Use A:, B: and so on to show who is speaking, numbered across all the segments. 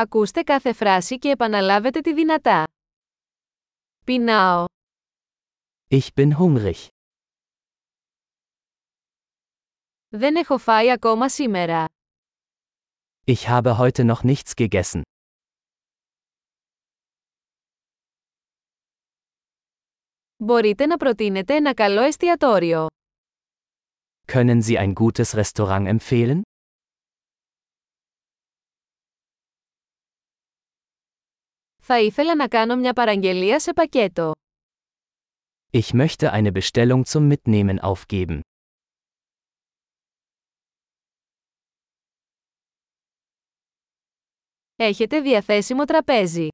A: Ακούστε κάθε φράση και επαναλάβετε τη δυνατά. Πεινάω.
B: Ich bin hungrig.
A: Δεν έχω φάει ακόμα σήμερα.
B: Ich habe heute noch nichts gegessen.
A: Μπορείτε να προτείνετε ένα καλό εστιατόριο.
B: Können Sie ein gutes Restaurant empfehlen?
A: Θα ήθελα να κάνω μια παραγγελία σε πακέτο.
B: Ich möchte eine Bestellung zum Mitnehmen aufgeben.
A: Έχετε διαθέσιμο τραπέζι.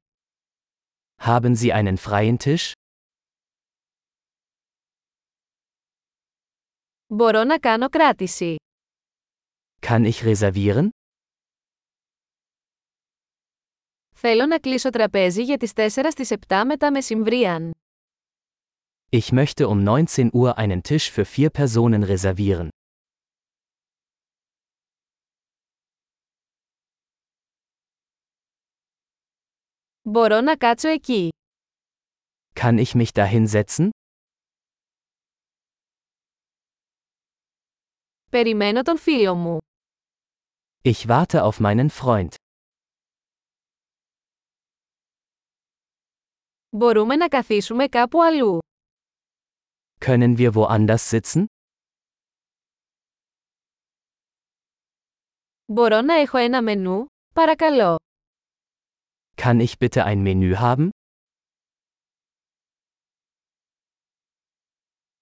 B: Haben Sie einen freien Tisch?
A: Μπορώ να κάνω κράτηση.
B: Kann ich reservieren?
A: Θέλω να κλείσω τραπέζι για τις 4 στις 7 μετά μεσημβρίαν.
B: Ich möchte um 19 Uhr einen Tisch für vier Personen reservieren.
A: Μπορώ να κάτσω εκεί.
B: Kann ich mich da hinsetzen?
A: Περιμένω τον φίλο μου.
B: Ich warte auf meinen Freund.
A: Μπορούμε να καθίσουμε κάπου αλλού.
B: Können wir woanders sitzen?
A: Μπορώ να έχω ένα μενού, παρακαλώ.
B: Kann ich bitte ein Menü haben?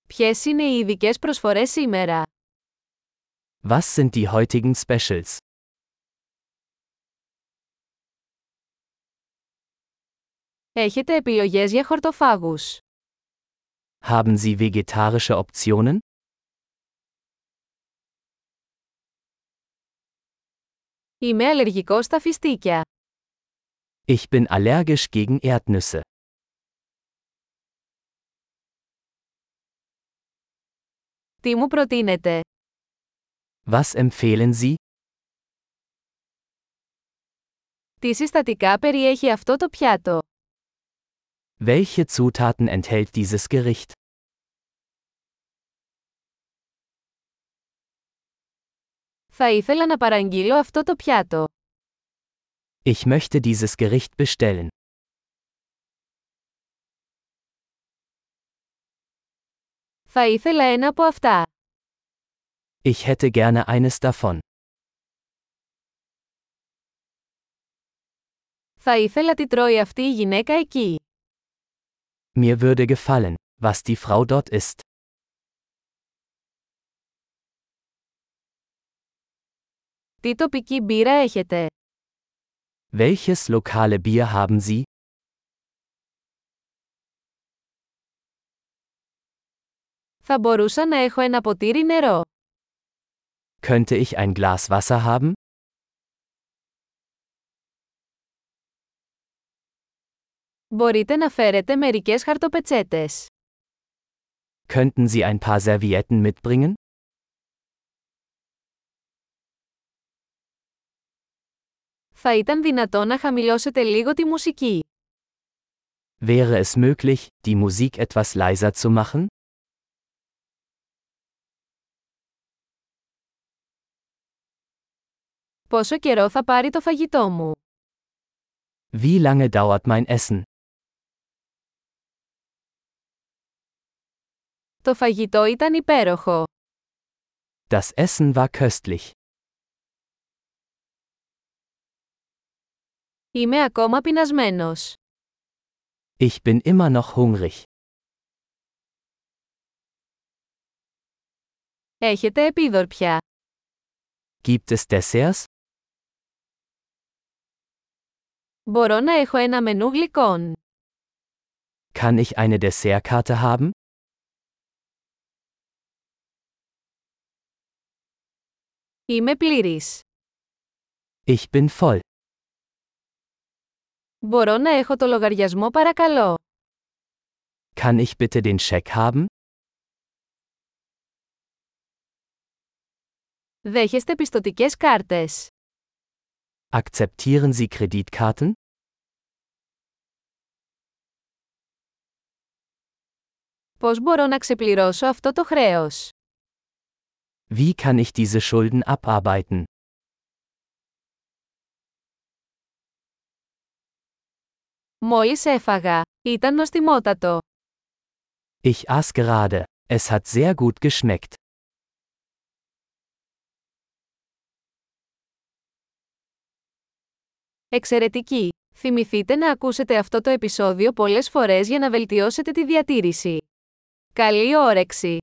A: Ποιες είναι οι ειδικές προσφορές σήμερα.
B: Was sind die heutigen Specials?
A: Έχετε επιλογές για χορτοφάγους.
B: Haben Sie vegetarische Optionen?
A: Είμαι αλλεργικός στα φιστίκια.
B: Ich bin allergisch gegen Erdnüsse.
A: Τι μου προτείνετε.
B: Was empfehlen Sie?
A: Τι συστατικά περιέχει αυτό το πιάτο.
B: Welche Zutaten enthält dieses Gericht?
A: Θα ήθελα να παραγγείλω αυτό το πιάτο.
B: Ich möchte dieses Gericht bestellen.
A: Θα ήθελα ένα από αυτά.
B: Ich hätte gerne eines davon.
A: Θα ήθελα τι τρώει αυτή η γυναίκα εκεί.
B: Mir würde gefallen, was die Frau dort isst.
A: Τι τοπική μπύρα έχετε.
B: Welches lokale Bier haben Sie?
A: Θα μπορούσα να έχω ένα ποτήρι νερό.
B: Könnte ich ein Glas Wasser haben?
A: Μπορείτε να φέρετε μερικές χαρτοπετσέτες.
B: Könnten Sie ein paar Servietten mitbringen?
A: Θα ήταν δυνατό να χαμηλώσετε λίγο τη μουσική.
B: Wäre es möglich, die Musik etwas leiser zu machen?
A: Πόσο καιρό θα πάρει το φαγητό μου.
B: Wie lange dauert mein Essen?
A: Το φαγητό ήταν υπέροχο.
B: Das Essen war köstlich.
A: Είμαι ακόμα πεινασμένος.
B: Ich bin immer noch hungrig.
A: Έχετε επίδορπια.
B: Gibt es Desserts?
A: Μπορώ να έχω ένα μενού γλυκών.
B: Kann ich eine Dessertkarte haben?
A: Είμαι πλήρης.
B: Ich bin voll.
A: Μπορώ να έχω το λογαριασμό παρακαλώ.
B: Kann ich bitte den Scheck haben?
A: Δέχεστε πιστοτικές κάρτες.
B: Akzeptieren Sie Kreditkarten?
A: Πώς μπορώ να ξεπληρώσω αυτό το χρέος?
B: Wie kann ich diese Schulden abarbeiten?
A: Μόλις έφαγα. Ήταν νοστιμότατο.
B: Ich aß gerade. Es hat sehr gut geschmeckt.
A: Εξαιρετική! Θυμηθείτε να ακούσετε αυτό το επεισόδιο πολλές φορές για να βελτιώσετε τη διατήρηση. Καλή όρεξη!